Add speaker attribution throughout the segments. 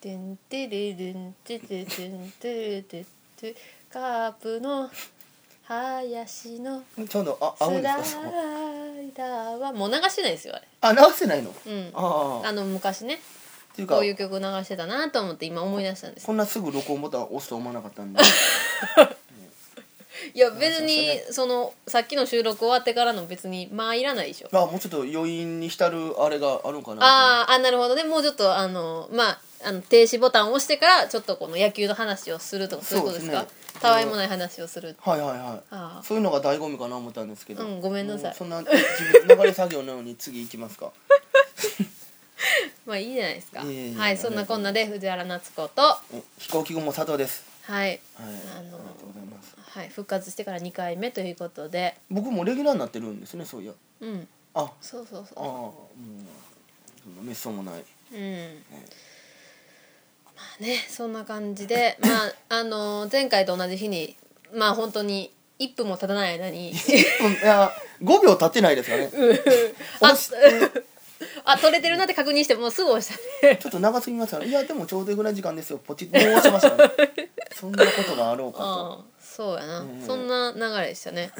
Speaker 1: てんてれるんてててんてれててカープの林の
Speaker 2: ちょうどあ
Speaker 1: ス
Speaker 2: 合うんです
Speaker 1: ラ
Speaker 2: かそこ
Speaker 1: イダーはもう流してないですよあれ
Speaker 2: あ直せないの
Speaker 1: うん
Speaker 2: ああ
Speaker 1: あの昔ね
Speaker 2: っていうか
Speaker 1: こういう曲流してたなと思って今思い出したんです
Speaker 2: こんなすぐ録音ボタン押すとは思わなかったん で
Speaker 1: いや別にそのさっきの収録終わってからの別にまあいらないでしょ
Speaker 2: まあもうちょっと余韻に浸るあれがあるのかなと
Speaker 1: あーあなるほどねもうちょっとあのまああの停止ボタンを押してからちょっとこの野球の話をするとかそういうことです
Speaker 2: そ
Speaker 1: か
Speaker 2: うですね
Speaker 1: たわいもない話をする
Speaker 2: はいはいはい
Speaker 1: あ
Speaker 2: そういうのが醍醐味かな思ったんですけど、
Speaker 1: うんごめんなさい
Speaker 2: もうそんな自分の流れ作業のように次行きますか
Speaker 1: あまあいいじゃないですか
Speaker 2: いえいえ
Speaker 1: はいそんなこんなで藤原夏子と
Speaker 2: お飛行機雲佐藤です
Speaker 1: はい
Speaker 2: はい、
Speaker 1: あ
Speaker 2: あ
Speaker 1: のー
Speaker 2: りがとうございます
Speaker 1: はい復活してから2回目ということで
Speaker 2: 僕もレギュラーになってるんですねそういや
Speaker 1: うん
Speaker 2: ああ
Speaker 1: そうそう
Speaker 2: あ
Speaker 1: そ
Speaker 2: もうめっそうもないう
Speaker 1: うんまあねそんな感じ でまああのー前回と同じ日にまあ本当に1分も経たない間 に
Speaker 2: 1分いや5秒経ってないですかね
Speaker 1: あ
Speaker 2: 押して
Speaker 1: あ 取れてるなって確認してもうすぐ押したね
Speaker 2: ちょっと長すぎましたねいやでもちょうどいいぐらい時間ですよポチッもう押しましたね そんなことがあろうかと
Speaker 1: ああそうやな、
Speaker 2: うん
Speaker 1: そんな流れでしたね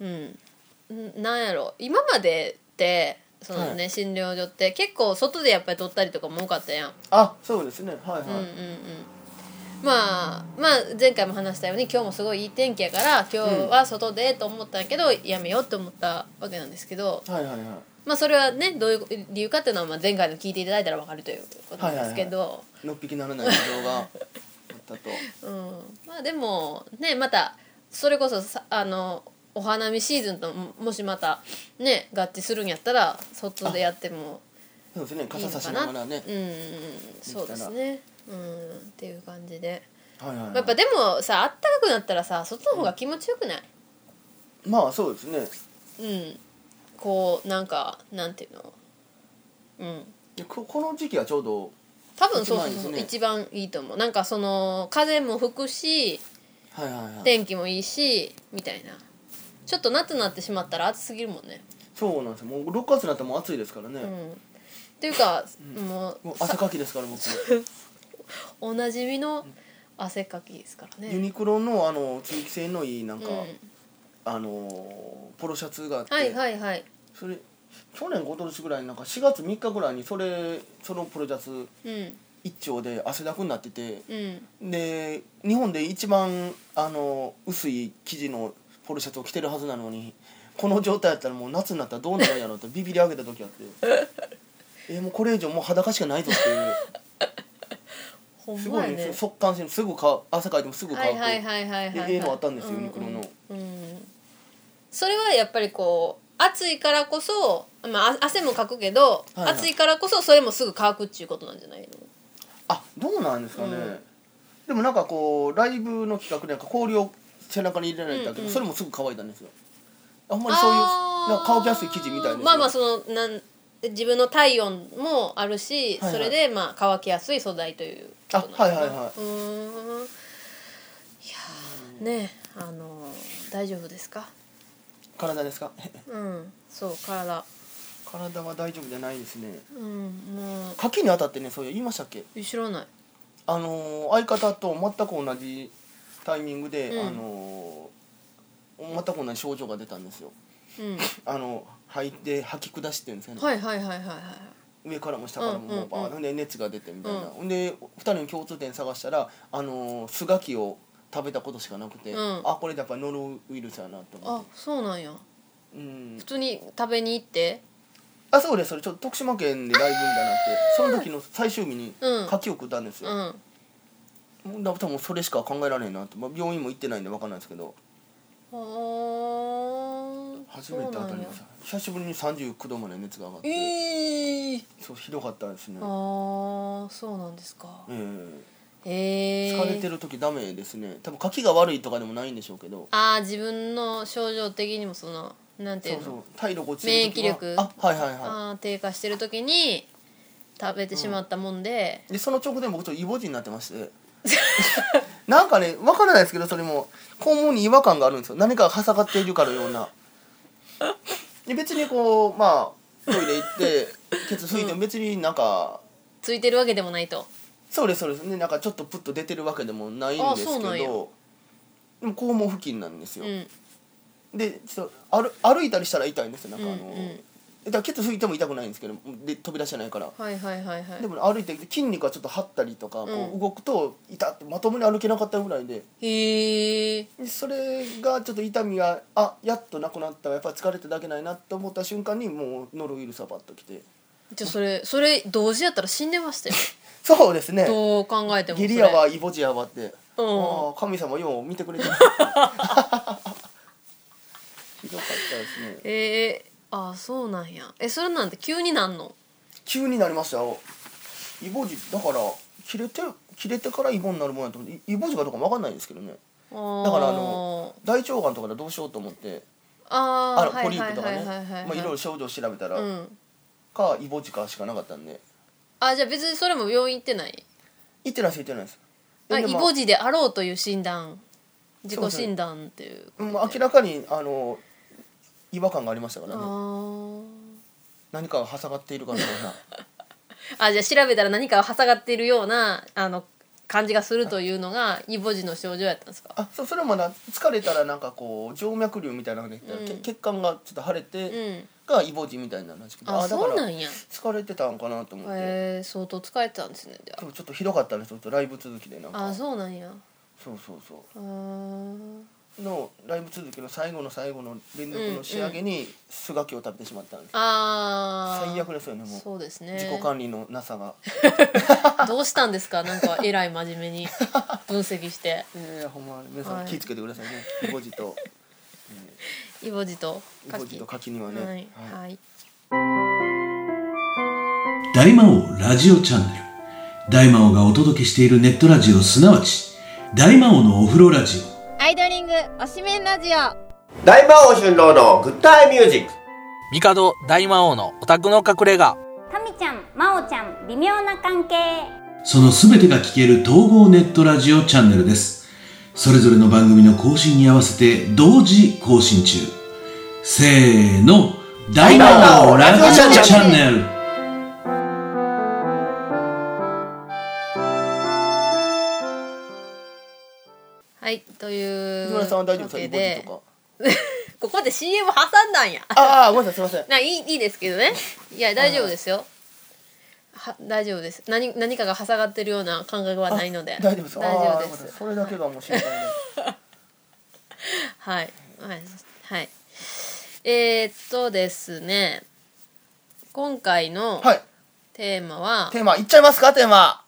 Speaker 1: うんんなんやろ今までってそのね、
Speaker 2: は
Speaker 1: 診療所って結構外でやっぱり撮ったりとかも多かったやん、
Speaker 2: あそうですねはいはい、
Speaker 1: うんうんうんまあまあ前回も話したように今日もすごいいい天気やから今日は外でと思ったんやけど、やめようって思ったわけなんですけど
Speaker 2: はいはいはい
Speaker 1: まあそれはねどういう理由かっていうのはまあ前回の聞いていただいたら分かるということなんですけど、
Speaker 2: のっぴきならない事情があったと
Speaker 1: うん、まあでもねまたそれこそさあのお花見シーズンとももしまたね合致するんやったら外でやっても
Speaker 2: そうですね
Speaker 1: いい
Speaker 2: 傘
Speaker 1: の
Speaker 2: 差
Speaker 1: か
Speaker 2: し
Speaker 1: な
Speaker 2: ながらね
Speaker 1: うんうんうんそうですねうんっていう感じで、
Speaker 2: はいはい、はい、
Speaker 1: やっぱでもさあったかくなったらさ外の方が気持ちよくない、
Speaker 2: まあそうですね
Speaker 1: うん、こうなんかなんていうのうん
Speaker 2: でここの時期はちょうど
Speaker 1: 多分そうそう
Speaker 2: 一番いいです
Speaker 1: そう
Speaker 2: ね
Speaker 1: 一番いいと思うなんかその風も吹くし
Speaker 2: はいはいはい
Speaker 1: 天気もいいしみたいなちょっと夏になってしまったら暑すぎるもんね
Speaker 2: そうなんですよもう6月になってもう暑いですからね、
Speaker 1: うんっていうか、もう
Speaker 2: もう汗かきですから僕
Speaker 1: おなじみの汗かきですから
Speaker 2: ユ
Speaker 1: ね
Speaker 2: ニクロのあの通気性のいいなんか、
Speaker 1: うん、
Speaker 2: あのポロシャツがあって、
Speaker 1: はいはいはい
Speaker 2: それ去年今年ぐらいになんか4月3日ぐらいにそれそのポロシャツ
Speaker 1: うん
Speaker 2: 一丁で汗だくになってて
Speaker 1: うん
Speaker 2: で日本で一番あの薄い生地のポロシャツを着てるはずなのにこの状態やったらもう夏になったらどうなるんやろうとビビり上げた時あってえもうこれ以上もう裸しかないぞっていう
Speaker 1: ほん
Speaker 2: すご
Speaker 1: まや
Speaker 2: い、
Speaker 1: ね
Speaker 2: 速乾性すぐか汗かいてもすぐ
Speaker 1: は
Speaker 2: 乾
Speaker 1: い
Speaker 2: く、
Speaker 1: はいはいはいはい、はい、
Speaker 2: ええのあったんですよ
Speaker 1: う
Speaker 2: ユニクロの
Speaker 1: うん、うんそれはやっぱりこう暑いからこそ、まあ、あ汗もかくけど、
Speaker 2: はいはい
Speaker 1: 暑いからこそそれもすぐ乾くっちゅうことなんじゃないの
Speaker 2: あどうなんですかね、
Speaker 1: うん
Speaker 2: でもなんかこうライブの企画でなんか氷を背中に入れられたけど、
Speaker 1: うんうん
Speaker 2: それもすぐ乾いたんですよあんまりそういう
Speaker 1: あー
Speaker 2: なんか乾きやすい生地みたいですよ
Speaker 1: まあまあそのなん自分の体温もあるし、
Speaker 2: はいはい
Speaker 1: それでまあ乾きやすい素材ということなのかな
Speaker 2: あはいはいはいう
Speaker 1: ーんいやーねえあのー大丈夫ですか
Speaker 2: 体ですか
Speaker 1: うんそう体
Speaker 2: 体は大丈夫じゃないですね
Speaker 1: うんもう
Speaker 2: 牡蠣に当たってねそういや言いましたっけ
Speaker 1: 知らない
Speaker 2: あのー相方と全く同じタイミングで、
Speaker 1: うん
Speaker 2: あのー全く同じ症状が出たんですよ
Speaker 1: うん
Speaker 2: あの吐いて吐き下しっていうんですかね、
Speaker 1: はいはいはいはいはい
Speaker 2: 上からも下からも
Speaker 1: うんうん
Speaker 2: もうバーッで熱が出てみたいな、
Speaker 1: うん
Speaker 2: ほんで2人の共通点探したらあのースガキを食べたことしかなくて、
Speaker 1: うん
Speaker 2: あこれやっぱノロウイルスやなと思
Speaker 1: あ
Speaker 2: って
Speaker 1: そうなんや
Speaker 2: あ,、うん
Speaker 1: 普、通に食べに行って
Speaker 2: あそうですそれちょっと徳島県でライブみたいになってその時の最終日に
Speaker 1: うん
Speaker 2: 柿を食ったんです
Speaker 1: う
Speaker 2: よ、
Speaker 1: ん
Speaker 2: もうだから多分それしか考えられへんなと、まあ、病院も行ってないんで分かんないですけど
Speaker 1: ほー
Speaker 2: 初めて当たりました久しぶりに39度まで熱が上がっ
Speaker 1: え
Speaker 2: て、
Speaker 1: えー
Speaker 2: そうひどかったですね
Speaker 1: ああそうなんですか
Speaker 2: ええ
Speaker 1: へえ
Speaker 2: 疲れてる時ダメですね多分柿が悪いとかでもないんでしょうけど
Speaker 1: ああ自分の症状的にもそのなんていう
Speaker 2: そ
Speaker 1: の
Speaker 2: うそう体力落ちてる時
Speaker 1: 免疫
Speaker 2: は
Speaker 1: 力
Speaker 2: あはいはいは
Speaker 1: あー低下してる時に食べてしまったもんで、
Speaker 2: いでその直前僕ちょっとイボ痔になってまして なんかねわからないですけどそれも肛門に違和感があるんですよ何かが挟がっているかのようなで別にこう まあトイレ行ってケツ拭いても別になんか、
Speaker 1: ついてるわけでもないと
Speaker 2: そうですそうですねなんかちょっとプッと出てるわけでもないんです
Speaker 1: あそ
Speaker 2: け
Speaker 1: うなんや
Speaker 2: どでも肛門付近なんです
Speaker 1: う
Speaker 2: よ、
Speaker 1: ん
Speaker 2: でちょっと歩歩いたりしたら痛いんですよなん
Speaker 1: うん
Speaker 2: かあの、だからケツ拭いても痛くないんですけどで飛び出してないから、
Speaker 1: はいはいはいはい
Speaker 2: でもね歩いて筋肉がちょっと張ったりとか、こ
Speaker 1: う
Speaker 2: うん動くと痛ってまともに歩けなかったぐらいで
Speaker 1: へえ
Speaker 2: でそれがちょっと痛みがあやっとなくなったわやっぱ疲れてだけないなと思った瞬間にもうノロウイルスがパッときて
Speaker 1: じゃあそれそれ同時やったら死んでました よ
Speaker 2: そうですね
Speaker 1: どう考えても
Speaker 2: ゲ
Speaker 1: それ
Speaker 2: リラはイボジアはって、あ
Speaker 1: うん
Speaker 2: ー神様よう見てくれてる ひどかったですね
Speaker 1: えー、ああそうなんやえそれなんて急になんの
Speaker 2: 急になりましたよイボジだから切れて切れてからイボになるもんやと思ってイボジアとかも分かんないんですけどね
Speaker 1: だか
Speaker 2: だからあの大腸がんとかでどうしようと思って
Speaker 1: あ
Speaker 2: あ
Speaker 1: ー
Speaker 2: の
Speaker 1: はい
Speaker 2: ポリ
Speaker 1: は
Speaker 2: ー
Speaker 1: い
Speaker 2: プとか
Speaker 1: は
Speaker 2: ね
Speaker 1: いはいは
Speaker 2: まあいろいろ症状調べたら、
Speaker 1: うん
Speaker 2: かイボジかしかなかったんで
Speaker 1: あじゃあ別にそれも病院行ってない
Speaker 2: 行ってないです行ってないです
Speaker 1: あ
Speaker 2: で
Speaker 1: イ
Speaker 2: も
Speaker 1: ボジであろうという診断自
Speaker 2: そう
Speaker 1: 己
Speaker 2: そう
Speaker 1: 診断っていう
Speaker 2: うん明らかにあの違和感がありましたから
Speaker 1: あ
Speaker 2: ね
Speaker 1: ー
Speaker 2: 何かが挟がっているかのような
Speaker 1: あじゃあ調べたら何かを挟がっているようなあの感じがするというのがイボジの症状やったんですか
Speaker 2: あそうそれはまだ疲れたらなんかこう静脈瘤みたいなのができたら、
Speaker 1: うん
Speaker 2: け血管がちょっと腫れ
Speaker 1: う
Speaker 2: て
Speaker 1: ん
Speaker 2: がイボジみたいになるらしくて
Speaker 1: あ
Speaker 2: だ
Speaker 1: そう
Speaker 2: か
Speaker 1: な
Speaker 2: ら
Speaker 1: んやへ
Speaker 2: 疲れてたんかなと思って、
Speaker 1: えー、相当疲れてたんですねじゃ
Speaker 2: でもちょっとひどかったんですちょっとライブ続きでなん
Speaker 1: あ
Speaker 2: か
Speaker 1: あそうなんや
Speaker 2: そうそうそ
Speaker 1: あー
Speaker 2: うのライブ続きの最後の最後の連続の仕上げにスガキを食べてしまったんです、
Speaker 1: あー
Speaker 2: 最悪ですよねもう
Speaker 1: そうですね
Speaker 2: 自己管理のなさが
Speaker 1: どうしたんですかなんかえらい真面目に分析して
Speaker 2: いやいやほんま皆さ
Speaker 1: は
Speaker 2: ん
Speaker 1: い
Speaker 2: 気ぃつけてくださいね、イボジと
Speaker 1: イボジと
Speaker 2: イ
Speaker 1: カ
Speaker 2: ボ
Speaker 1: キ
Speaker 2: ジと柿には
Speaker 1: は
Speaker 2: ね、
Speaker 1: い、
Speaker 2: はい
Speaker 1: はい、
Speaker 3: 大魔王ラジオチャンネル大魔王がお届けしているネットラジオすなわち大魔王のお風呂ラジオ
Speaker 4: アイドリング推しメンラジオ
Speaker 5: 大魔王春郎のグッドアイミュージック
Speaker 6: 帝大魔王のオタクの隠れ家
Speaker 4: タミちゃん、マオちゃん、微妙な関係
Speaker 3: そのすべてが聞ける統合ネットラジオチャンネルですそれぞれの番組の更新に合わせて同時更新中せーの大魔王ラジオチャンネル
Speaker 1: はい、という
Speaker 2: 井上さんは大丈夫ですか
Speaker 1: わけ
Speaker 2: イボジとか
Speaker 1: ここで CM 挟んだんや
Speaker 2: ああごめんなさいすいません
Speaker 1: ないいいいですけどねいや大丈夫ですよは大丈夫です何何かが挟がってるような感覚は ないので
Speaker 2: あ大丈夫です
Speaker 1: 大丈夫
Speaker 2: あーよかった
Speaker 1: です
Speaker 2: それだけがもう心 配で
Speaker 1: はいはい、はい、えー、っとですね今回の
Speaker 2: はい
Speaker 1: テーマは、
Speaker 2: テーマいっちゃいますかテーマ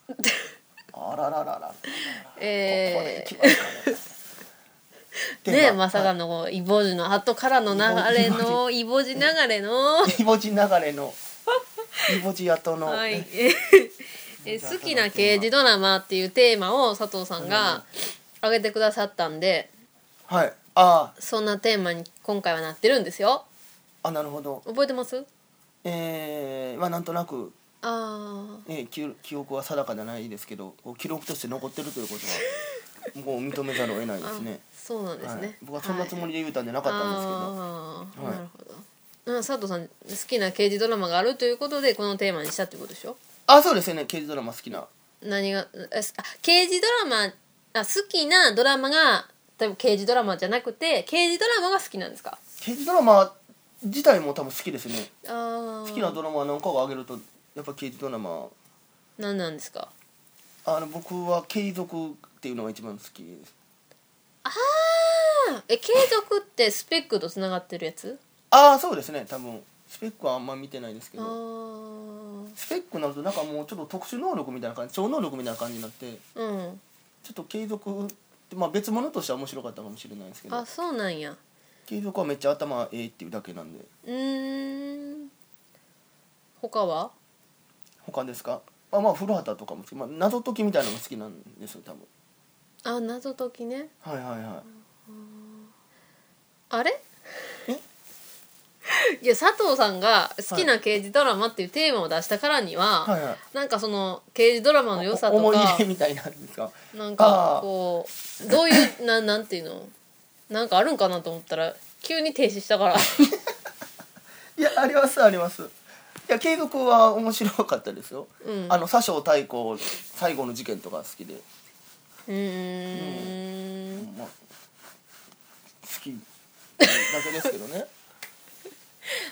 Speaker 2: あららららここで
Speaker 1: えー
Speaker 2: いきますかねテー
Speaker 1: ね
Speaker 2: マ
Speaker 1: まさかのこうイボジの後からの流れのイボジ流れの
Speaker 2: イボジ流れのイボジ跡の、
Speaker 1: はいえ好きな刑事ドラマっていうテーマを佐藤さんが挙げてくださったんで
Speaker 2: はいあ
Speaker 1: そんなテーマに今回はなってるんですよ
Speaker 2: ああなるほど
Speaker 1: 覚えてます
Speaker 2: えー、まあなんとなく、
Speaker 1: あ
Speaker 2: えー、記記憶は定かじゃないですけどこう記録として残ってるとい うことはもう認めざるを得ないで
Speaker 1: ーあ
Speaker 2: すね
Speaker 1: そうなんですね、
Speaker 2: はい、僕はそんなつもりで言うたんじゃなかったんですけど、
Speaker 1: けど
Speaker 2: はい
Speaker 1: なるほど、うん、佐藤さん好きな刑事ドラマがあるということでこのテーマにしたってことでしょ
Speaker 2: あそうですよね刑事ドラマ好きな
Speaker 1: 何がえすあ刑事ドラマあ好きなドラマが多分刑事ドラマじゃなくて刑事ドラマが好きなんですか
Speaker 2: 刑事ドラマ自体も多分好きですね
Speaker 1: あ
Speaker 2: 好きなドラマなんかを挙げるとやっぱ刑事ドラマ
Speaker 1: 何なんですか
Speaker 2: あの僕は継続っていうのが一番好きです
Speaker 1: あえ継続ってスペックとつながってるやつ
Speaker 2: ああそうですね多分スペックはあんま見てないですけ
Speaker 1: あ
Speaker 2: ど
Speaker 1: ー
Speaker 2: スペックになるとなんかもうちょっと特殊能力みたいな感じ超能力みたいな感じになって
Speaker 1: うん
Speaker 2: ちょっと継続ってまあ別物としては面白かったかもしれないですけど
Speaker 1: あそうなんや
Speaker 2: 継続はめっちゃ頭ええっていうだけなんで
Speaker 1: うーん他は
Speaker 2: 他ですかあまあ古畑とかも好き、まあ、謎解きみたいなのが好きなんですよ多分
Speaker 1: あ謎解きね
Speaker 2: はいはいはい
Speaker 1: あれいや佐藤さんが好きな刑事ドラマっていうテーマを出したからには、
Speaker 2: はいはい
Speaker 1: なんかその刑事ドラマの良さと
Speaker 2: 思い
Speaker 1: か
Speaker 2: 入れみたいなんですか
Speaker 1: なんかこうどういうなんなんていうのなんかあるんか なと思ったら急に停止したから
Speaker 2: いやありますありますや継続は面白かったですよ、
Speaker 1: うん
Speaker 2: あの佐生太閤最後の事件とか好きで、
Speaker 1: うーん
Speaker 2: まあ、好きだけですけど ね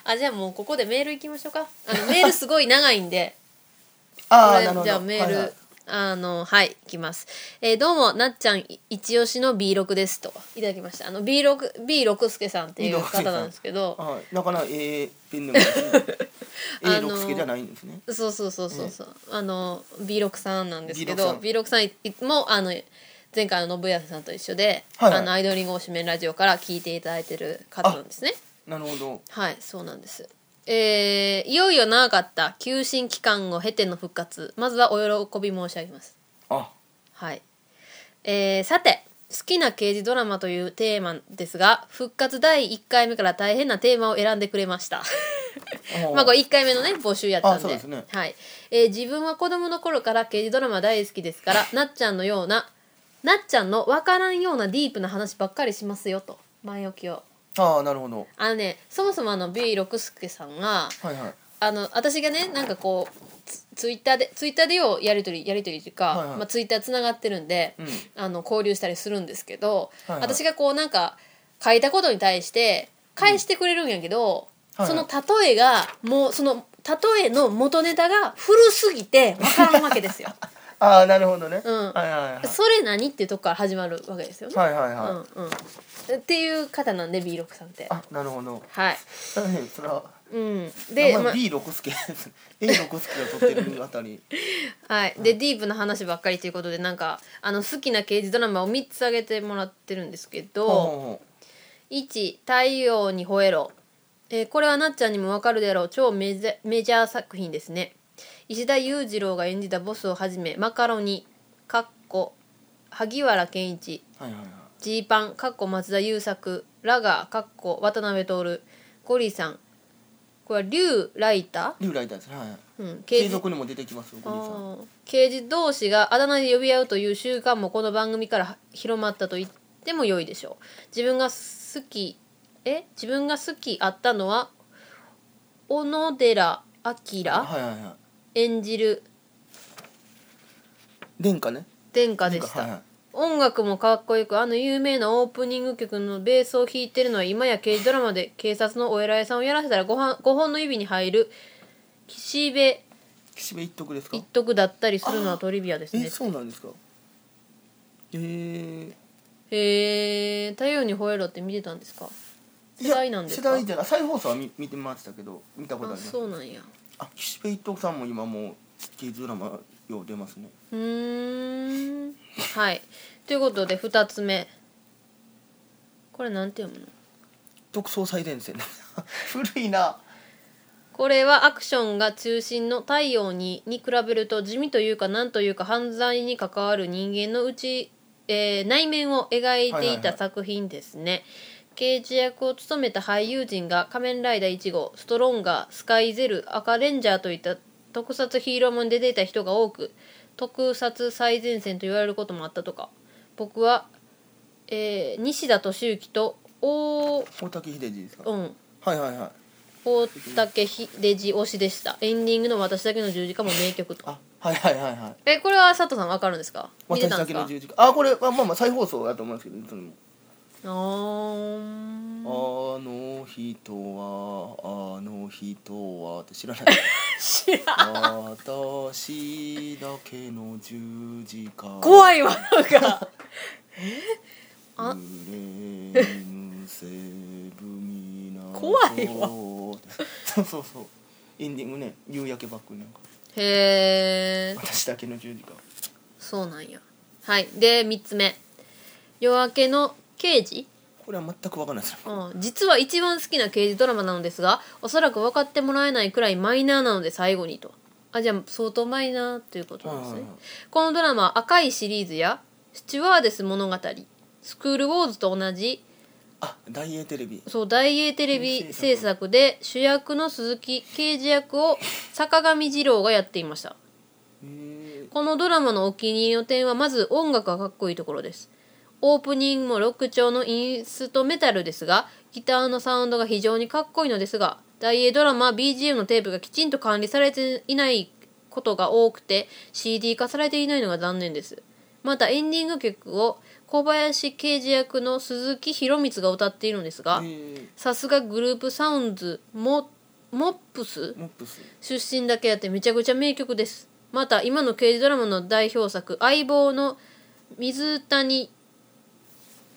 Speaker 1: あじゃあもうここでメール行きましょうかあのメールすごい長いんで
Speaker 2: ああ
Speaker 1: これ
Speaker 2: なるほど
Speaker 1: じゃあメール、
Speaker 2: はいはい
Speaker 1: あのはい来ます、えーどうもなっちゃんい一押しの B6 ですといただきましたあの B6 B 六助さんっていう方なんですけど
Speaker 2: はい、なかなかええペンネームですね
Speaker 1: あのー
Speaker 2: A 六助じゃないんですね
Speaker 1: そうそうそうそうそう、あの B6 さんなんですけど
Speaker 2: B6
Speaker 1: B6 さんいいつもあの前回の信康さんと一緒で、
Speaker 2: はいはい
Speaker 1: あのアイドリング推しメンラジオから聞いていただいてる方なんですね
Speaker 2: なるほど
Speaker 1: はいそうなんですえーいよいよ長かった休診期間を経ての復活まずはお喜び申し上げます
Speaker 2: あ
Speaker 1: はい、えーさて好きな刑事ドラマというテーマですが復活第1回目から大変なテーマを選んでくれました まあこれ1回目のね募集やったん
Speaker 2: あ
Speaker 1: で
Speaker 2: そうですね
Speaker 1: はいえー自分は子供の頃から刑事ドラマ大好きです からなっちゃんのようななっちゃんのわからんようなディープな話ばっかりしますよと前置きを
Speaker 2: ああなるほど
Speaker 1: あのねそもそもあの B 六輔さんが
Speaker 2: はいはい
Speaker 1: あの私がねなんかこうツツイッターでツイッターでようやり取りやり取りというか、
Speaker 2: はいはい
Speaker 1: まあ、ツイッターつながってるんで、
Speaker 2: うん
Speaker 1: あの交流したりするんですけど、
Speaker 2: はいはい
Speaker 1: 私がこうなんか書いたことに対して返してくれるんやけど、
Speaker 2: はいはい
Speaker 1: その例えがもうその例えの元ネタが古すぎてわからんわけです よ。
Speaker 2: ああなるほどね、
Speaker 1: うん
Speaker 2: はいはいはい
Speaker 1: それ何っていうとこから始まるわけですよね。
Speaker 2: はいはいはい、
Speaker 1: うんうん、っていう方なんで B6 さんって。
Speaker 2: あなるほど
Speaker 1: はい、
Speaker 2: うんそれは
Speaker 1: うん、
Speaker 2: で、
Speaker 1: で、
Speaker 2: ま
Speaker 1: ま
Speaker 2: あ、B 六助 A 六助が撮ってるあ たり
Speaker 1: はい、で、ディープな話ばっかりということでなんかあの好きな刑事ドラマを3つ挙げてもらってるんですけど、
Speaker 2: ほ
Speaker 1: 1「太陽に吠えろ」えーこれはなっちゃんにもわかるであろう超メジャメジャー作品ですね石田裕次郎が演じたボスをはじめマカロニかっこ萩原健一
Speaker 2: うはいはいはい
Speaker 1: ジーパンかっこ松田優作ラガーかっこ渡辺徹ゴリさんこれは竜ライタ
Speaker 2: リュウライターですねはいはい
Speaker 1: ー、うん、刑
Speaker 2: 継
Speaker 1: 事
Speaker 2: 続にも出てきますよゴリさん
Speaker 1: あー刑事同士があだ名で呼び合うという習慣もこの番組から広まったと言っても良いでしょう自分が好きえ自分が好きあったのは小野寺明
Speaker 2: はいはいはい
Speaker 1: 演じる
Speaker 2: 殿下ね
Speaker 1: 殿下でした、
Speaker 2: はいはい
Speaker 1: 音楽もかっこよくあの有名なオープニング曲のベースを弾いてるのは今や刑事ドラマで警察のお偉いさんをやらせたら 5, 本5本の指に入る岸辺
Speaker 2: 岸辺一徳ですか
Speaker 1: 一徳だったりするのはトリビアですね
Speaker 2: えそうなんですかえー、
Speaker 1: へえ太陽に吠えろって見てたんですか世代なんですか
Speaker 2: いや世代じゃない再放送は見見てましたけど見たことあ
Speaker 1: あ
Speaker 2: ります
Speaker 1: そうなんや
Speaker 2: あ岸辺一徳さんも今もう刑事ドラマよう出ますね
Speaker 1: うーんはいということで2つ目これなんて読むの
Speaker 2: 特捜最 前線古いな
Speaker 1: これはアクションが中心の「太陽に」に比べると地味というかなんというか犯罪に関わる人間のうち、えー内面を描いていた作品ですね、刑事役を務めた俳優陣が「仮面ライダー1号」「ストロンガー」「スカイゼル」「赤レンジャー」といった特撮ヒーローものに出ていた人が多く特撮最前線と言われることもあったとか僕は、えー西田敏行と大
Speaker 2: 大竹秀治ですか、
Speaker 1: うん
Speaker 2: はいはいはい
Speaker 1: 大竹秀治推しでしたエンディングの「私だけの十字架」も名曲と
Speaker 2: あはいはいはいはい
Speaker 1: えこれは佐藤さんわかるんですか見て
Speaker 2: 私
Speaker 1: たんです
Speaker 2: だけ
Speaker 1: か
Speaker 2: の十字架あこれはまあまあ再放送だと思うんですけどそれも
Speaker 1: あー
Speaker 2: あの人はあの人はって知らない
Speaker 1: 知らん
Speaker 2: 私だけの十字架
Speaker 1: 怖
Speaker 2: い
Speaker 1: いわなんかあ
Speaker 2: 無礼無せぶみな
Speaker 1: 怖いわ
Speaker 2: そうそうそうエンディングね夕焼けバックなんか
Speaker 1: へえ
Speaker 2: 私だけの十字架
Speaker 1: そうなんやはいで3つ目「夜明けの刑事」
Speaker 2: これは全くわかんないです
Speaker 1: うん実は一番好きな刑事ドラマなのですがおそらく分かってもらえないくらいマイナーなので最後にとあじゃあ相当マイナーということなんですね、
Speaker 2: はいはいはい
Speaker 1: このドラマは赤いシリーズやスチュワーデス物語スクールウォーズと同じ
Speaker 2: あ大英テレビ
Speaker 1: そう大英テレビ制作で主役の鈴木刑事役を坂上二郎がやっていました
Speaker 2: へー
Speaker 1: このドラマのお気に入りの点はまず音楽がかっこいいところですオープニングもロック調のインストメタルですがギターのサウンドが非常にかっこいいのですが大英ドラマ BGM のテープがきちんと管理されていないことが多くて CD 化されていないのが残念ですまたエンディング曲を小林刑事役の鈴木博光が歌っているのですが
Speaker 2: え
Speaker 1: さすがグループサウンズモモップス
Speaker 2: ー、モップス
Speaker 1: 出身だけあってめちゃくちゃ名曲ですまた今の刑事ドラマの代表作「相棒」の水谷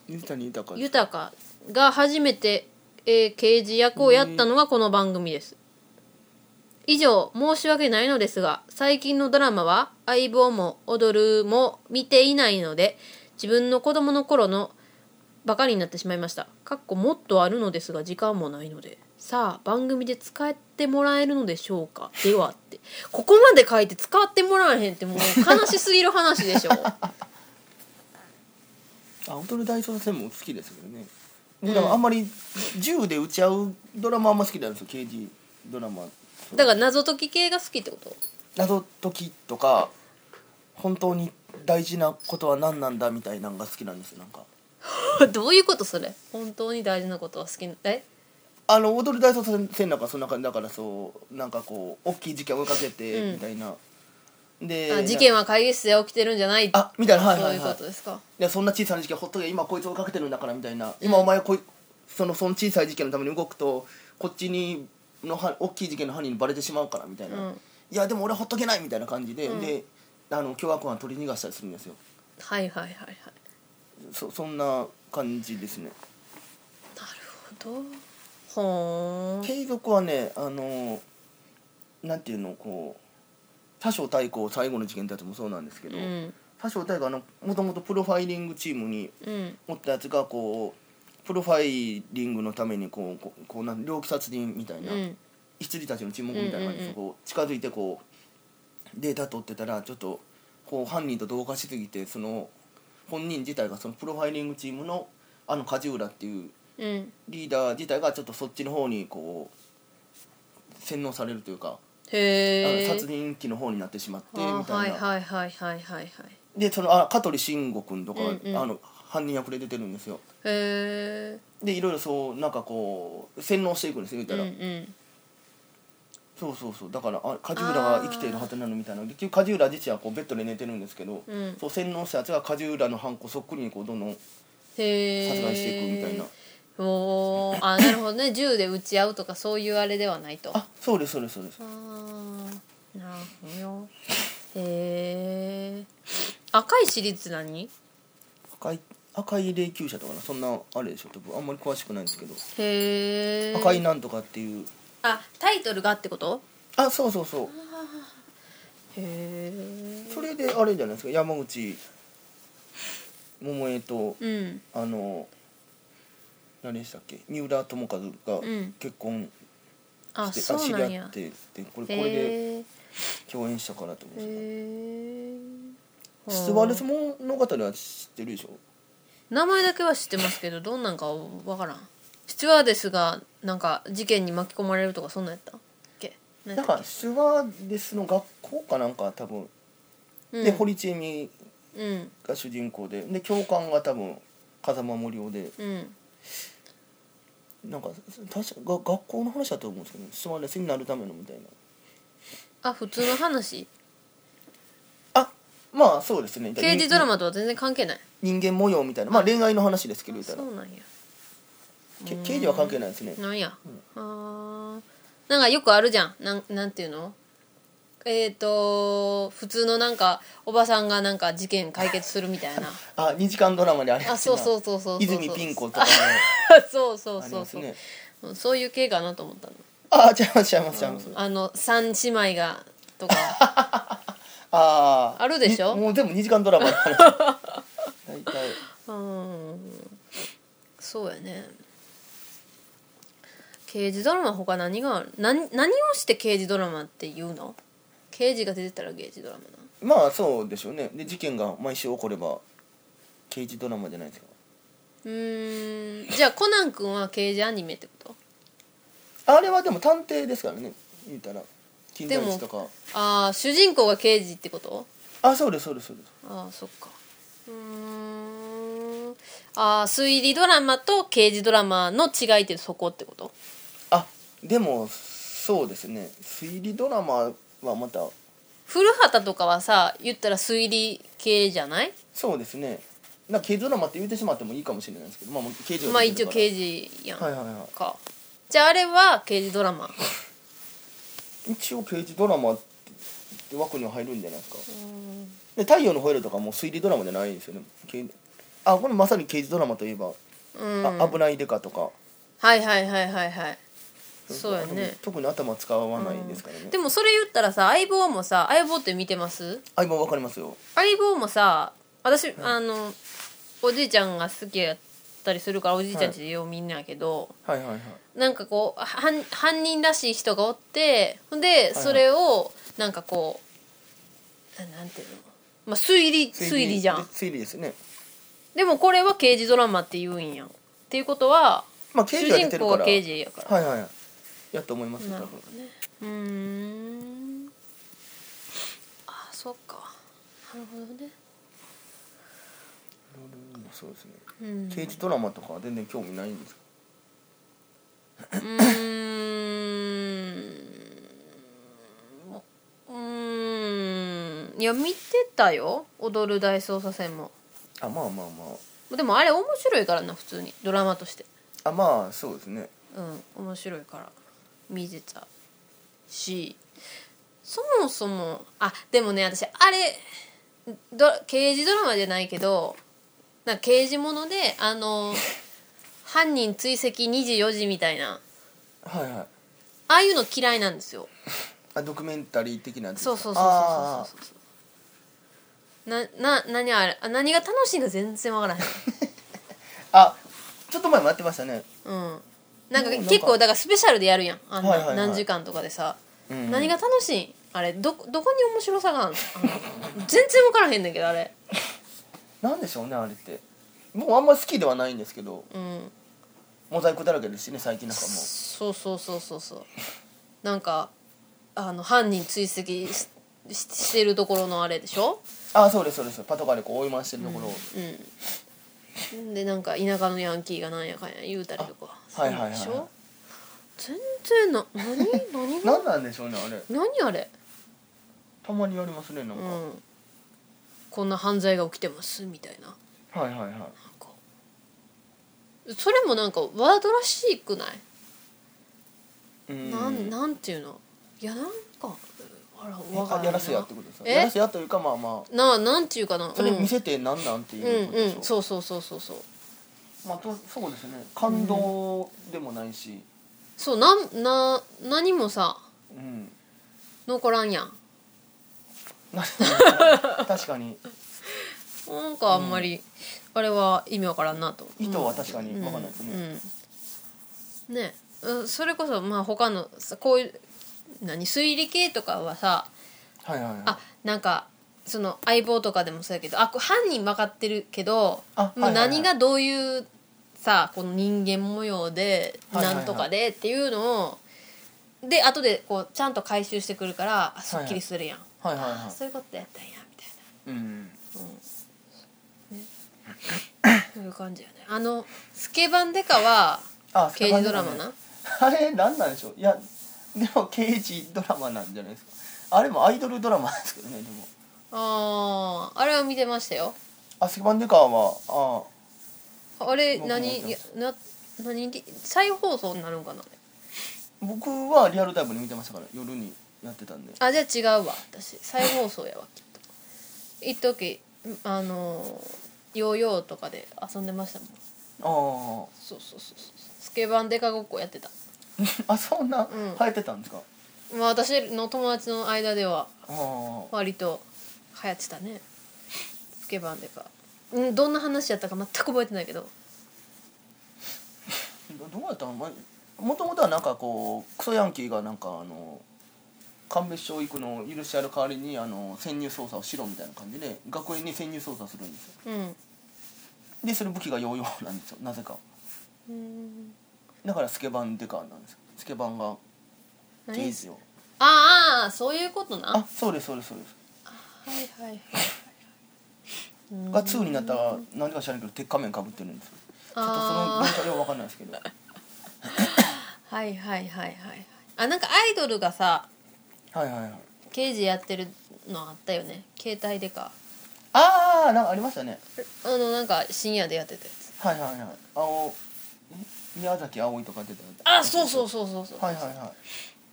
Speaker 2: 水谷豊か
Speaker 1: 豊が初めて、えー刑事役をやったのがこの番組です以上申し訳ないのですが最近のドラマは「相棒」も「踊る」も見ていないので自分の子供の頃のバカになってしまいましたかっこもっとあるのですが時間もないのでさあ番組で使ってもらえるのでしょうかではってここまで書いて使ってもらえへんってもう悲しすぎる話でしょ
Speaker 2: あ踊る大捜査線も好きですけどね僕だからあんまり銃で撃ち合うドラマあんま好きなんですよ刑事ドラマ
Speaker 1: だから謎解き系が好きってこと
Speaker 2: 謎解きとか本当に大事なことは何なんだみたいなのが好きなんですよなんか
Speaker 1: どういうことそれ本当に大事なことは好きなえ
Speaker 2: あの踊る大捜査線なんかそんな感じだからそうなんかこう大きい事件を追いかけ
Speaker 1: うん
Speaker 2: てみたいな、で
Speaker 1: あ事件は会議室で起きてるんじゃない
Speaker 2: あみたいなはい
Speaker 1: そう
Speaker 2: はいいうはい
Speaker 1: ことですか
Speaker 2: いやそんな小さな事件ほっとけ今こいつ追いかけてるんだからみたいな今お前はこいそのその小さい事件のために動くとこっちにのは大きい事件の犯人にバレてしまうからみたいな、
Speaker 1: うん
Speaker 2: いやでも俺はほっとけないみたいな感じで、であの凶悪犯取り逃がしたりするんですよ
Speaker 1: はいはいはいはい
Speaker 2: そそんな感じですね
Speaker 1: なるほどほーん
Speaker 2: 継続はねあのなんていうのこう多少対抗最後の事件ってやつもそうなんですけど、
Speaker 1: うん
Speaker 2: 多少対抗もともとプロファイリングチームに
Speaker 1: うん
Speaker 2: 持ったやつがこうプロファイリングのためにこうこうこうなん猟奇殺人みたいな、
Speaker 1: うん
Speaker 2: 羊たちの沈黙みたいな感
Speaker 1: う
Speaker 2: じ
Speaker 1: んうんう
Speaker 2: で
Speaker 1: ん
Speaker 2: こう近づいてこうデータ取ってたらちょっとこう犯人と同化しすぎてその本人自体がそのプロファイリングチームのあの梶浦っていう
Speaker 1: うん
Speaker 2: リーダー自体がちょっとそっちの方にこう洗脳されるというか、あの
Speaker 1: へえ
Speaker 2: 殺人鬼の方になってしまってみたいな。
Speaker 1: はいはいはいはいはいはい
Speaker 2: でそのあ香取慎吾君とか、
Speaker 1: うんうん
Speaker 2: あの犯人役で出てるんですよ。
Speaker 1: へえ
Speaker 2: でいろいろそうなんかこう洗脳していくんですよ言っ
Speaker 1: う
Speaker 2: た
Speaker 1: んう
Speaker 2: ら、
Speaker 1: ん
Speaker 2: そうそうそうだからあ梶浦が生きているはずなのみたいな結局梶浦自身はこうベッドで寝てるんですけど、
Speaker 1: うん
Speaker 2: そう洗脳したやつが梶浦の犯行そっくりにこうどんどん
Speaker 1: へえ
Speaker 2: 殺害していくみたいな、
Speaker 1: おーあなるほどね銃で撃ち合うとかそういうあれではないと
Speaker 2: あそうですそうですそうです
Speaker 1: あーなるほどへえ赤いシリーズ何
Speaker 2: 赤い赤い霊柩車とかなそんなあれでしょ僕あんまり詳しくないんですけど、
Speaker 1: へえ
Speaker 2: 赤いなんとかっていう
Speaker 1: あタイトルがってこと
Speaker 2: あそうそうそう
Speaker 1: へえ
Speaker 2: それであれじゃないですか山口百恵と
Speaker 1: うん
Speaker 2: あの何でしたっけ三浦友和が
Speaker 1: ん
Speaker 2: 結婚
Speaker 1: あ
Speaker 2: して、あ
Speaker 1: そう
Speaker 2: 知
Speaker 1: なん
Speaker 2: り合
Speaker 1: や
Speaker 2: ってでこれこれで
Speaker 1: へえ
Speaker 2: 共演したからと思うんで
Speaker 1: へ
Speaker 2: す
Speaker 1: え
Speaker 2: けどスワレス物語は知ってるでしょ
Speaker 1: 名前だけは知ってますけどどんなんかわからんスチュワーデスがなんか事件に巻き込まれるとかそんなんやったっけ何や
Speaker 2: だ
Speaker 1: った
Speaker 2: か
Speaker 1: っ
Speaker 2: らスワレスの学校かなんか多分、
Speaker 1: け
Speaker 2: で堀ちえみ
Speaker 1: うん
Speaker 2: が主人公でで教官が多分風間森夫で
Speaker 1: うん
Speaker 2: なんか確かが学校の話だと思うんですけどスワレスになるためのみたいな
Speaker 1: あ普通の話
Speaker 2: あまあそうですね
Speaker 1: 刑事ドラ
Speaker 2: マ
Speaker 1: マとは全然関係ない
Speaker 2: 人間模様みたいなまあ恋愛の話ですけど言った
Speaker 1: そ
Speaker 2: ら
Speaker 1: うなんや
Speaker 2: け刑事は関係ないですね
Speaker 1: なんや、あーなんかよくあるじゃんなんなんていうのえっ、と普通のなんかおばさんがなんか事件解決するみたい な
Speaker 2: あ二時間ドラマであり
Speaker 1: あ
Speaker 2: ます
Speaker 1: そうそうそうそうそう
Speaker 2: 泉ピン子とかも
Speaker 1: そうそう
Speaker 2: あり
Speaker 1: そう
Speaker 2: ます
Speaker 1: そう、
Speaker 2: ね
Speaker 1: うんそういう系かなと思ったの
Speaker 2: あ違います違います違います
Speaker 1: あの三姉妹が とか
Speaker 2: あー
Speaker 1: あるでしょ
Speaker 2: にもう全部二時間ドラマの話大体
Speaker 1: うんそうやね刑事ドラマ他何がある何何をして刑事ドラマって言うの刑事が出てたら刑事ドラマな
Speaker 2: まあそうでしょうねで事件が毎週起これば刑事ドラマじゃないですか
Speaker 1: うーんじゃあコナン君は刑事アニメってこと
Speaker 2: あれはでも探偵ですからね言ったら金田一とか
Speaker 1: ああ主人公が刑事ってこと
Speaker 2: あそうですそうですそうです
Speaker 1: ああそっかうーんああ推理ドラマと刑事ドラマの違いってそこってこと
Speaker 2: あでもそうですね推理ドラマはまた
Speaker 1: 古畑とかはさ言ったら推理系じゃない
Speaker 2: そうですねなんか刑事ドラマって言ってしまってもいいかもしれないですけどまあもう刑事
Speaker 1: まあ一応刑
Speaker 2: 事
Speaker 1: 事やん、
Speaker 2: はいはいは
Speaker 1: かじゃああれは刑事ドラマ
Speaker 2: い一応刑事ドラマって枠には入るんじゃないですかで太陽の吠えるとかもう推理ドラマじゃないですよね刑あこれまさに刑事ドラマといえば
Speaker 1: うん
Speaker 2: 「あ危ないデカ」とか
Speaker 1: はいはいはいはいはいそうや
Speaker 2: あの
Speaker 1: ね
Speaker 2: 特に頭使わないですからね
Speaker 1: でもそれ言ったらさ相棒もさ相棒って見てます
Speaker 2: あ今わかりますよ
Speaker 1: 相棒もさ私、あのおじいちゃんが好きやったりするからおじいちゃんちでよう見んねやけど、
Speaker 2: はいはいはい
Speaker 1: なんかこう犯犯人らしい人がおってほんでそれをなんかこう、ななんていうの、まあ、推理推理じゃん
Speaker 2: 推理ですね
Speaker 1: でもこれは刑事ドラマって言うんやんっていうことは
Speaker 2: まあ刑
Speaker 1: 主
Speaker 2: 事は出
Speaker 1: 人
Speaker 2: てる
Speaker 1: 公は
Speaker 2: から
Speaker 1: 刑事やから
Speaker 2: はいはいはいやと思いますよ
Speaker 1: な
Speaker 2: 多
Speaker 1: る
Speaker 2: 分
Speaker 1: ほどねうーんあそっかなるほどね
Speaker 2: そうですね
Speaker 1: うん
Speaker 2: 刑事ドラマとかは全然興味ないんですか
Speaker 1: うーんうーんいや見てたよ「踊る大捜査線も」
Speaker 2: あまあまあま
Speaker 1: でもあれ面白いからな普通にドラマとして
Speaker 2: ああまあそうですね
Speaker 1: うん面白いから見てたしそもそもあでもね私あれド刑事ドラマじゃないけどなんか刑事ものであの犯人追跡24時みたいな
Speaker 2: はいはい
Speaker 1: ああいうの嫌いなんですよ
Speaker 2: あドキュメンタリー的なやつです
Speaker 1: そ
Speaker 2: か
Speaker 1: うそうそうそうそうそうそうなな何あれあ何が楽しいか全然わからへん
Speaker 2: あーあちょっと前もやってましたね
Speaker 1: うんなんか
Speaker 2: もうなんか
Speaker 1: 結構だからスペシャルでやるやんあんな
Speaker 2: はいはいはい
Speaker 1: 何時間とかでさ、
Speaker 2: うん
Speaker 1: 何が楽しいんあれどどこに面白さがあんのあの全然わからへんねんけどあれ
Speaker 2: なんでしょうねあれってもうあんま好きではないんですけど
Speaker 1: うん
Speaker 2: モザイクだらけですしね最近なんかもう
Speaker 1: そうそうそうそうそうなんかあの犯人追跡しししてるところのあれでしょ
Speaker 2: あそうですそうですパトカーでこう追い回してるところを、
Speaker 1: うん、でなんか田舎のヤンキーがなんやかんや言うたりとか
Speaker 2: あはいはいはいはい
Speaker 1: するでしょ全然な 何何が
Speaker 2: なんなんでしょうねあれ
Speaker 1: 何あれ、
Speaker 2: たまにやりますねなんか、
Speaker 1: うん、こんな犯罪が起きてますみたいななん
Speaker 2: はいはいはい
Speaker 1: かそれもなんかワードらしくない、
Speaker 2: うん
Speaker 1: なんなんていうのいやなんかあらわからん
Speaker 2: あ
Speaker 1: な
Speaker 2: やらせやってことですよ
Speaker 1: え
Speaker 2: やらせやというかまあまあ
Speaker 1: ななんていうかな
Speaker 2: それ
Speaker 1: うん
Speaker 2: 見せてなんなんって
Speaker 1: う
Speaker 2: い
Speaker 1: ん
Speaker 2: うことでしょ
Speaker 1: うんそうそうそうそうそう
Speaker 2: まあとそうですね感動でもないし、
Speaker 1: そうなんな何もさ
Speaker 2: うん、
Speaker 1: 残らんやん
Speaker 2: な確かに
Speaker 1: なんかあんまり、あれは意味わからんなと
Speaker 2: 意図は確かにわかんないですね、
Speaker 1: うんねうんそれこそまあ他のさこういう何推理系とかはさ
Speaker 2: はいはいはい
Speaker 1: あなんかその相棒とかでもそうやけどあこ犯人分かってるけど
Speaker 2: あ
Speaker 1: もう
Speaker 2: はいはいはい
Speaker 1: 何がどういうさこの人間模様で
Speaker 2: はいはいは
Speaker 1: な
Speaker 2: い
Speaker 1: んとかでっていうのをで後でこうちゃんと回収してくるからあすっきりするやん、
Speaker 2: はいはいは
Speaker 1: あそういうことやったんやみたいない
Speaker 2: うん
Speaker 1: そういう感じやねあのスケバンデカは
Speaker 2: あ
Speaker 1: 刑事ドラマな、
Speaker 2: あれなんなんでしょういやでも刑事ドラマなんじゃないですかあれもアイドルドラマなんですけどねでも
Speaker 1: あああれは見てましたよ
Speaker 2: あスケバンデカーは
Speaker 1: あれ
Speaker 2: 僕も
Speaker 1: 何
Speaker 2: 見てました
Speaker 1: いやな何再放送になるんかな
Speaker 2: あ僕はリアルタイムで見てましたから夜にやってたんで
Speaker 1: あじゃあ違うわ私再放送やわきっと一時あのーヨーヨーとかで遊んでましたもん
Speaker 2: あ
Speaker 1: そうそうそうそうスケバンデカごっこやってた
Speaker 2: ああそんな
Speaker 1: うん
Speaker 2: 流行ってたんですか、
Speaker 1: まあ私の友達の間では
Speaker 2: ああ
Speaker 1: 割と流行ってたねスケバンデカうんどんな話やったか全く覚えてないけど
Speaker 2: どどうやったのもともとはなんかこうクソヤンキーがなんかあの鑑別所行くのを許してやる代わりにあの潜入捜査をしろみたいな感じで学園に潜入捜査するんですよ
Speaker 1: うん
Speaker 2: でそれ武器がヨーヨーなんですよなぜか
Speaker 1: うん
Speaker 2: だからスケバンデカなんですよスケバンが刑
Speaker 1: 何
Speaker 2: 事を
Speaker 1: ああそういうことな
Speaker 2: あそうですそうですそうです
Speaker 1: はいはいはい
Speaker 2: が2になったら何でか知らないけど鉄仮面かぶってるんですよちょっとその
Speaker 1: あ
Speaker 2: 文化ようわかんないですけど
Speaker 1: はいはいはいはいあなんかアイドルがさ
Speaker 2: はいはいはい
Speaker 1: 刑事やってるのあったよね携帯でか
Speaker 2: ああなんかありましたね
Speaker 1: あのなんか深夜でやってたやつ
Speaker 2: はいはいはい青ん宮崎葵とか出てた
Speaker 1: あそうそうそうそうそう、
Speaker 2: はいはいは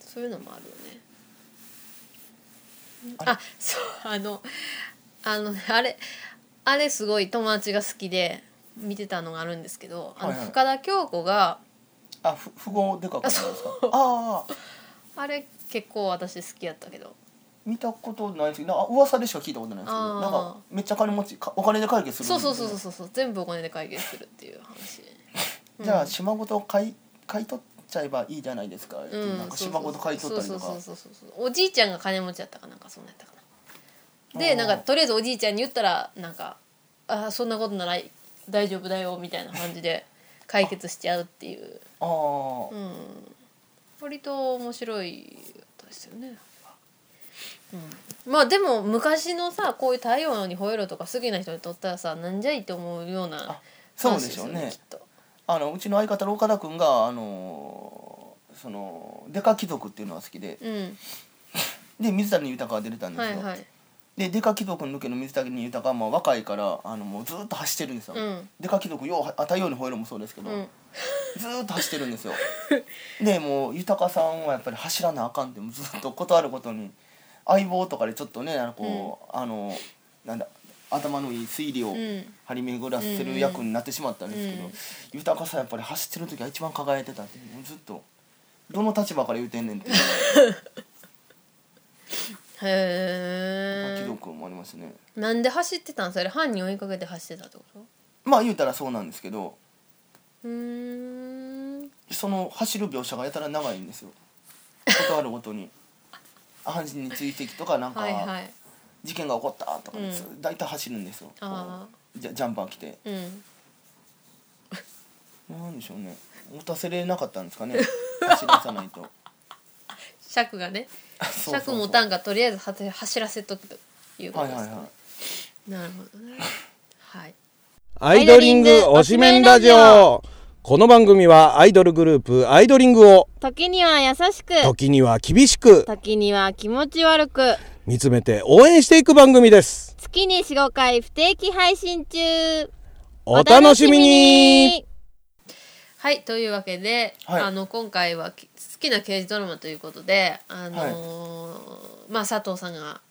Speaker 1: そういうのもあるよね
Speaker 2: あ
Speaker 1: あ
Speaker 2: れ
Speaker 1: そうあのあのあれあれすごい友達が好きで見てたのがあるんですけどあの
Speaker 2: はいはい
Speaker 1: 深田恭子が
Speaker 2: いあふ富豪でかかったんですか
Speaker 1: そう
Speaker 2: ああ
Speaker 1: あれ結構私好きやったけど
Speaker 2: 見たことないですけどなんか噂でしか聞いたことないですけ
Speaker 1: あー
Speaker 2: どなんかめっちゃ金持ちかお金で解決する
Speaker 1: そうそうそう
Speaker 2: う
Speaker 1: そうそう全部お金で解決するっていう話
Speaker 2: じゃあ島ごと買い買い取っちゃえばいいじゃないですか、
Speaker 1: うん
Speaker 2: なんか島ごと買い取ったりとか
Speaker 1: そうそうそうそうそうおじいちゃんが金持ちやったかなんかそんなんやったかな
Speaker 2: あ
Speaker 1: で
Speaker 2: ー
Speaker 1: なんかとりあえずおじいちゃんに言ったらなんか「あーそんなことなら大丈夫だよ」みたいな感じで解決しちゃうっていう、
Speaker 2: ああ、
Speaker 1: うん、割と面白いですよね、うん、まあでも昔のさこういう「太陽に吠えろ」とか好きな人にとったらさなんじゃいって思うような
Speaker 2: あそうでしょうね
Speaker 1: 話ですよきっと
Speaker 2: あのうちの相方の岡田君があのーそのデカ貴族っていうのが好きで
Speaker 1: うん
Speaker 2: で水谷豊が出てたんです
Speaker 1: は
Speaker 2: よ、
Speaker 1: いはい
Speaker 2: でデカ貴族の抜けの水谷豊はまあ若いからあのもうずーっと走ってるんですよ、
Speaker 1: うん
Speaker 2: デカ貴族ようあ太陽に吠えろもそうですけど、
Speaker 1: うん
Speaker 2: ずーっと走ってるんですよでもう豊さんはやっぱり走らなあかんってもうずっと断ることに相棒とかでちょっとねあのこう、あのなんだ頭のいい推理を
Speaker 1: うん
Speaker 2: 張り巡らせる役になってしまったんですけど、
Speaker 1: うん
Speaker 2: 豊さんやっぱり走ってる時が一番輝いてたってもうずっとどの立場から言うてんねんっていう
Speaker 1: へ
Speaker 2: 貴
Speaker 1: え
Speaker 2: 族もありますね
Speaker 1: なんで走ってたんそれ犯人追いかけて走ってたってこと
Speaker 2: まあ言うたらそうなんですけど
Speaker 1: うーん
Speaker 2: その走る描写がやたら長いんですよ断るご とに犯人に追跡とかなんか、
Speaker 1: はいはい
Speaker 2: 事件が起こったとか、
Speaker 1: うん
Speaker 2: ず大体走るんですよ
Speaker 1: あ
Speaker 2: こうジャジャンパー着て
Speaker 1: うん
Speaker 2: なんでしょうね持たせれなかったんです かね走らさないと
Speaker 1: 尺がね
Speaker 2: そうそう
Speaker 1: 尺
Speaker 2: そう
Speaker 1: もたんがとりあえずはて走らせとくというこ
Speaker 2: は
Speaker 1: と
Speaker 2: い
Speaker 1: です
Speaker 2: は
Speaker 1: ね、
Speaker 2: いは
Speaker 1: なるほどねはい
Speaker 7: アイドリング推しメンラジオこの番組はアイドルグループアイドリングを
Speaker 8: 時には優しく
Speaker 7: 時には厳しく
Speaker 8: 時には気持ち悪く
Speaker 7: 見つめて応援していく番組です
Speaker 8: 月に45回不定期配信中
Speaker 7: お楽しみに
Speaker 1: はいというわけで、
Speaker 2: はい
Speaker 1: あの今回はき好きな刑事ドラマということで、あのーまあ、佐藤さんが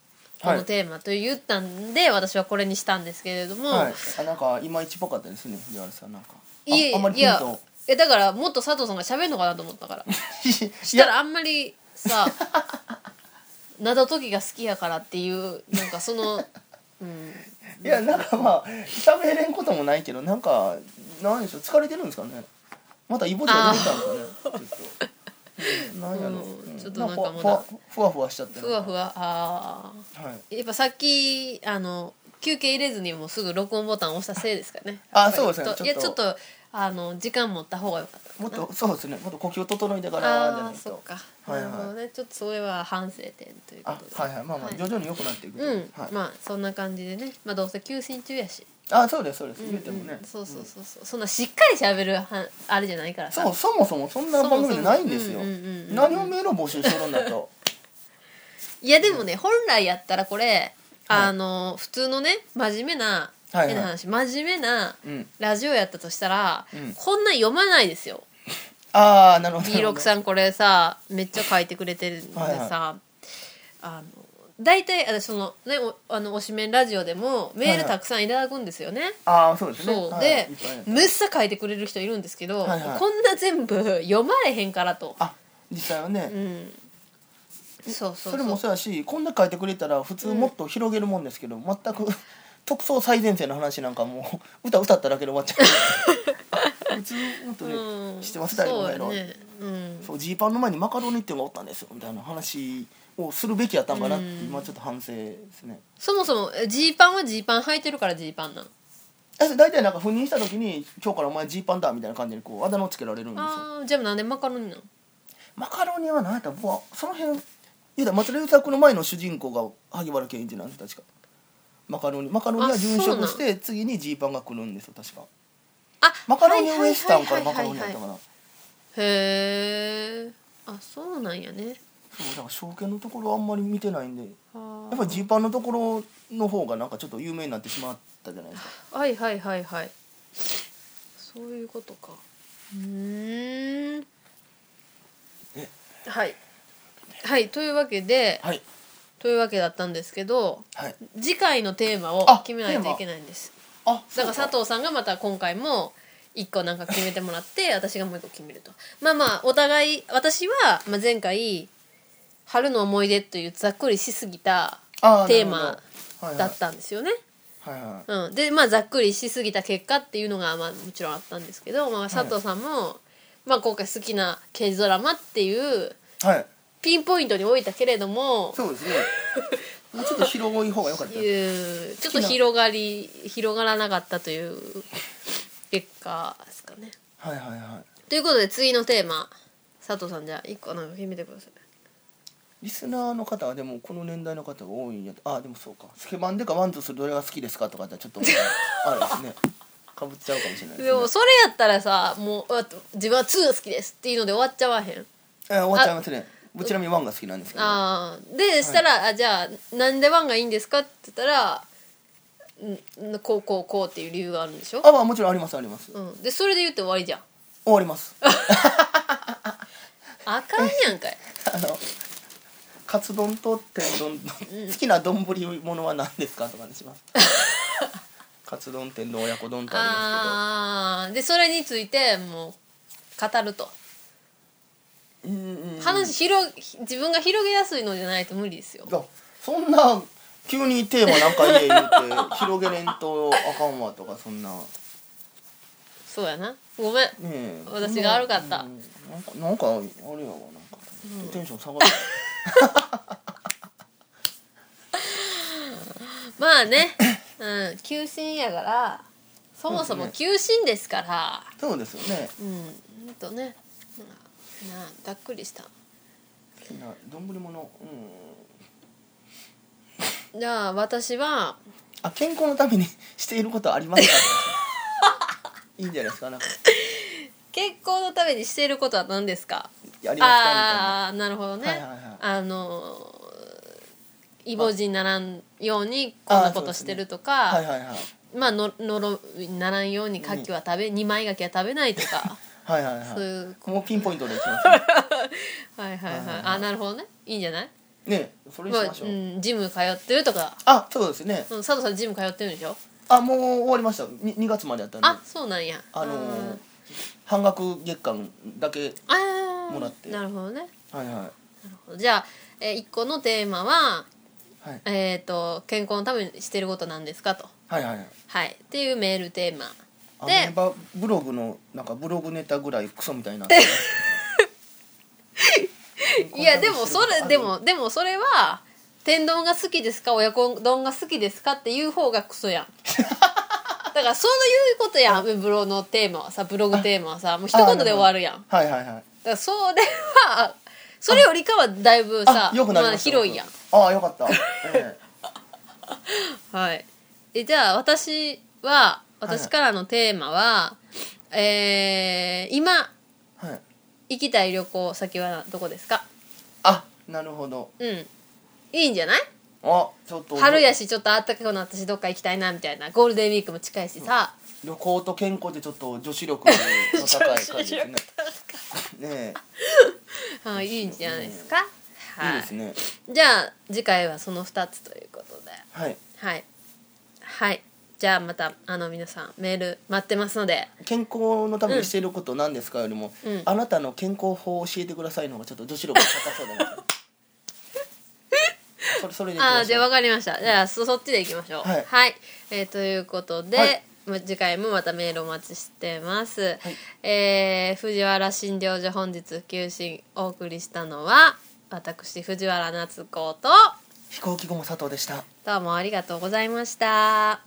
Speaker 1: こ
Speaker 2: は
Speaker 1: の
Speaker 2: い
Speaker 1: テーマと言ったんで、私はこれにしたんですけれども、
Speaker 2: い、はい、あなんかいまいちっぽかったですね藤原さんなんかあ
Speaker 1: いえ
Speaker 2: あんまり
Speaker 1: い
Speaker 2: ヒン
Speaker 1: や
Speaker 2: ト
Speaker 1: えだからもっと佐藤さんが喋るのかなと思ったから し
Speaker 2: い
Speaker 1: た
Speaker 2: や
Speaker 1: らあんまり さ謎解きが好きやからっていうなんかそ のうん
Speaker 2: いやなんかまあ喋れんこともないけどなんかなんでしょう疲れてるんですかねまたイボでも出てたんですかね ちょっと、うん、なんやろう、
Speaker 1: うん
Speaker 2: うん
Speaker 1: ちょっとなんかまだ
Speaker 2: ふわふわふわしちゃって
Speaker 1: ふわふわあ
Speaker 2: はい
Speaker 1: ーやっぱさっきあの休憩入れずにもうすぐ録音ボタンを押したせいですかね
Speaker 2: あそうですね
Speaker 1: ちょっといやち
Speaker 2: ち
Speaker 1: ょ
Speaker 2: ょ
Speaker 1: っ
Speaker 2: っ
Speaker 1: と
Speaker 2: と
Speaker 1: あの時間持った方が良かった
Speaker 2: もっとそうですねもっと呼吸を整えてからじゃ
Speaker 1: あ
Speaker 2: な
Speaker 1: あー
Speaker 2: いと
Speaker 1: そっか、
Speaker 2: はいはい
Speaker 1: なるほどねちょっとそれは反省点というこ
Speaker 2: あ
Speaker 1: とで
Speaker 2: はいはいまあまあ
Speaker 1: はい
Speaker 2: 徐々に良くなっていくと
Speaker 1: う
Speaker 2: い
Speaker 1: ん、
Speaker 2: はい、
Speaker 1: まあそんな感じでねまあどうせ休診中やし
Speaker 2: あそうですそうです言うてもね、
Speaker 1: うんそうそうそうそうそんなしっかり喋るはんあれじゃないからさ
Speaker 2: そうそもそもそんな番組じゃないんですよ
Speaker 1: そもそもうんうんうんうん
Speaker 2: 何をメールを募集しとるんだ と
Speaker 1: いやでもね本来やったらこれあの、普通のね真面目な
Speaker 2: はいはい
Speaker 1: 変な話真面目な
Speaker 2: うん
Speaker 1: ラジオやったとしたら、
Speaker 2: うん
Speaker 1: こんなん読まないですよ
Speaker 2: ああ なるほど
Speaker 1: B6 さんこれさめっちゃ書いてくれてるんでさ
Speaker 2: はいは
Speaker 1: あの大体あのそのねおあのおしめんラジオでもメールたくさんいただくんですよね、
Speaker 2: ああそうですね
Speaker 1: そう、
Speaker 2: はい
Speaker 1: で
Speaker 2: いっぱいね
Speaker 1: むっさ書いてくれる人いるんですけど、
Speaker 2: はいはい
Speaker 1: こんな全部読まれへんからと
Speaker 2: あ実際はね、
Speaker 1: うんそうそう
Speaker 2: それも
Speaker 1: そ
Speaker 2: そうやしこんな書いてくれたら普通もっと広げるもんですけど、全く 特捜最前線の話なんかもう歌歌っただけで終わっちゃ う普通もっとね、
Speaker 1: う
Speaker 2: 知ってますだいぶ前の
Speaker 1: そうやねうん
Speaker 2: そうジーパンの前にマカロニっていうのがおったんですよみたいな話をするべきやったんかなって
Speaker 1: うん
Speaker 2: 今ちょっと反省ですね。
Speaker 1: そもそもえジーパンはジーパン履いてるからジーパンなん
Speaker 2: だい大体なんか赴任した時に「今日からお前ジーパンだ」みたいな感じでこうあだ名をつけられるんですよ。
Speaker 1: あーじゃあなんでマカロニなん
Speaker 2: マカロニは何やったら僕はその辺言うたら松田優作の前の主人公が萩原健一なんです確か。マカロニマカロニは殉
Speaker 1: あそうな
Speaker 2: 職
Speaker 1: ん
Speaker 2: して次にジーパンが来るんですよ確か。
Speaker 1: あ
Speaker 2: マカロニウエスタンからマカロニやったかな。
Speaker 1: へえあそうなんやね
Speaker 2: そうだから証券のところあんまり見てないんで
Speaker 1: は
Speaker 2: やっぱりジーパンのところの方がなんかちょっと有名になってしまったじゃないですか
Speaker 1: あはいはいはいはいそういうことかうーんはいはいというわけで、
Speaker 2: はい
Speaker 1: というわけだったんですけど
Speaker 2: はい
Speaker 1: 次回のテーマを
Speaker 2: あ
Speaker 1: 決めないといけないんです
Speaker 2: あ
Speaker 1: だから
Speaker 2: そう
Speaker 1: 佐藤さんがまた今回も一個なんか決めてもらって私がもう一個決めるとまあまあお互い私はまあ前回「春の思い出」というざっくりしすぎた
Speaker 2: あ
Speaker 1: テー
Speaker 2: な
Speaker 1: マ
Speaker 2: るほどはい
Speaker 1: だったんですよね、
Speaker 2: はいはいはい
Speaker 1: うん、でまあざっくりしすぎた結果っていうのがまあもちろんあったんですけど、まあ、佐藤さんも、まあ、今回好きな刑事ドラマっていう
Speaker 2: はい
Speaker 1: ピンポイントに置いたけれども
Speaker 2: そう ですねもうちょっと広い方が良かった
Speaker 1: いうちょっと広がり広がらなかったという結果ですかね。
Speaker 2: はいはいはい
Speaker 1: ということで次のテーマ佐藤さんじゃあ1個なんか決めてください。
Speaker 2: リスナーの方はでもこの年代の方が多いんやあでもそうかスケバンでかワンツーするどれが好きですかとかじゃちょっとあれです ねかぶっちゃうかもしれないで、
Speaker 1: です
Speaker 2: ね
Speaker 1: も、それやったらさもうあと自分は2が好きですっていうので終わっちゃわへん。
Speaker 2: えー終わっちゃいますね僕ちなみにワンが好きなんですけど
Speaker 1: あーでしたら、あじゃあなんでワンがいいんですかって言ったらんんこうこうこうっていう理由があるんでしょ、
Speaker 2: あまあもちろんありますあります
Speaker 1: うん、でそれで言って終わりじゃん
Speaker 2: 終わりますあ
Speaker 1: あかんやん かい
Speaker 2: のカツ丼と天丼の好きな丼ものは何ですかとかにします カツ丼天丼親子丼とあ
Speaker 1: ああーでそれについてもう語ると
Speaker 2: りますけどうんうん
Speaker 1: 話広自分が広げやすいのじゃないと無理ですよ
Speaker 2: いやそんな急にテーマなんか言え言うて広げれんとあかんわとかそんなね
Speaker 1: そうやなごめん
Speaker 2: え
Speaker 1: 私が悪かった
Speaker 2: うんなんかなんかあれやわなんかテンション下がる
Speaker 1: まあねうん休診やからそもそも休診ですから
Speaker 2: そうですよね
Speaker 1: う,、んほんとねまあなあざっくりした
Speaker 2: 好きな丼物うん
Speaker 1: じゃあ私は
Speaker 2: あ健康のために していることはあり ますかいいんじゃないですかなんか
Speaker 1: 結婚のためにしていることは何ですか
Speaker 2: やりますか
Speaker 1: ああーなるほどね、
Speaker 2: はいはいはい
Speaker 1: あのーイボ痔にならんようにこんなことしてるとか、
Speaker 2: みたいなはいはいはい
Speaker 1: まあののろにならんように牡蠣は食べ、二枚牡蠣は食べないと か
Speaker 2: はいはい
Speaker 1: そう
Speaker 2: はい
Speaker 1: いう
Speaker 2: もうピンポイントでいきま すね
Speaker 1: はいはいはい、あなるほどねいいんじゃない
Speaker 2: ねえそれに
Speaker 1: ま
Speaker 2: し
Speaker 1: あ
Speaker 2: ましょ
Speaker 1: う
Speaker 2: う、
Speaker 1: ん、ジム通ってるとか、
Speaker 2: あそうですね
Speaker 1: うん、佐藤さんジム通ってるんでしょ
Speaker 2: あもう終わりましたに2月までやったんで
Speaker 1: あそうなんや
Speaker 2: あの
Speaker 1: う
Speaker 2: ー
Speaker 1: ん、
Speaker 2: 半額月間だけ
Speaker 1: あー
Speaker 2: もらって
Speaker 1: なるほどね
Speaker 2: はいは
Speaker 1: じゃあ、えー、1個のテーマは、
Speaker 2: いはい
Speaker 1: えー、と健康のためにしてることなんですかと、
Speaker 2: はいはいはい
Speaker 1: はい、っていうメールテーマ
Speaker 2: ア
Speaker 1: で
Speaker 2: メーバブログのなんかブログネタぐらいクソみたいになってます
Speaker 1: いやでもそれでもでもそれは天丼が好きですか親子丼が好きですかっていう方がクソや んだからそういうことやんアメブロのテーマはさブログテーマはさもう一言で終わるやんだか
Speaker 2: はいはいはい
Speaker 1: らそれはそれよりかはだいぶさ
Speaker 2: あよくなり
Speaker 1: あ
Speaker 2: ました
Speaker 1: 広いやん
Speaker 2: ああよか った、え
Speaker 1: はい、えじゃあ私は私からのテーマは、えー今
Speaker 2: えはい、
Speaker 1: 行きたい旅行先はどこですか
Speaker 2: あなるほど
Speaker 1: うんいいんじゃない
Speaker 2: あちょっと
Speaker 1: 春やしちょっと暖かくなったしどっか行きたいなみたいなゴールデンウィークも近いしさ、
Speaker 2: 旅行と健康ってちょっと女子力の高い感じですね ね
Speaker 1: はい、いいんじゃないですか、
Speaker 2: え
Speaker 1: はい
Speaker 2: いですね
Speaker 1: じゃあ次回はその2つということで
Speaker 2: はい
Speaker 1: はいはいじゃあまたあの皆さんメール待ってますので
Speaker 2: 健康のためにしていることなんですかよりも、
Speaker 1: うん
Speaker 2: あなたの健康法を教えてくださいの方がちょっと女子力が高そうだなそれそれでいきましょ う
Speaker 1: あーじゃあ分かりましたじゃあそそっちでいきましょう
Speaker 2: はい
Speaker 1: えーということで、
Speaker 2: はい
Speaker 1: ま次回もまたメールお待ちしてます、えー藤原診療所本日休診お送りしたのは私藤原夏子と
Speaker 2: 飛行機後も佐藤でした
Speaker 1: どうもありがとうございました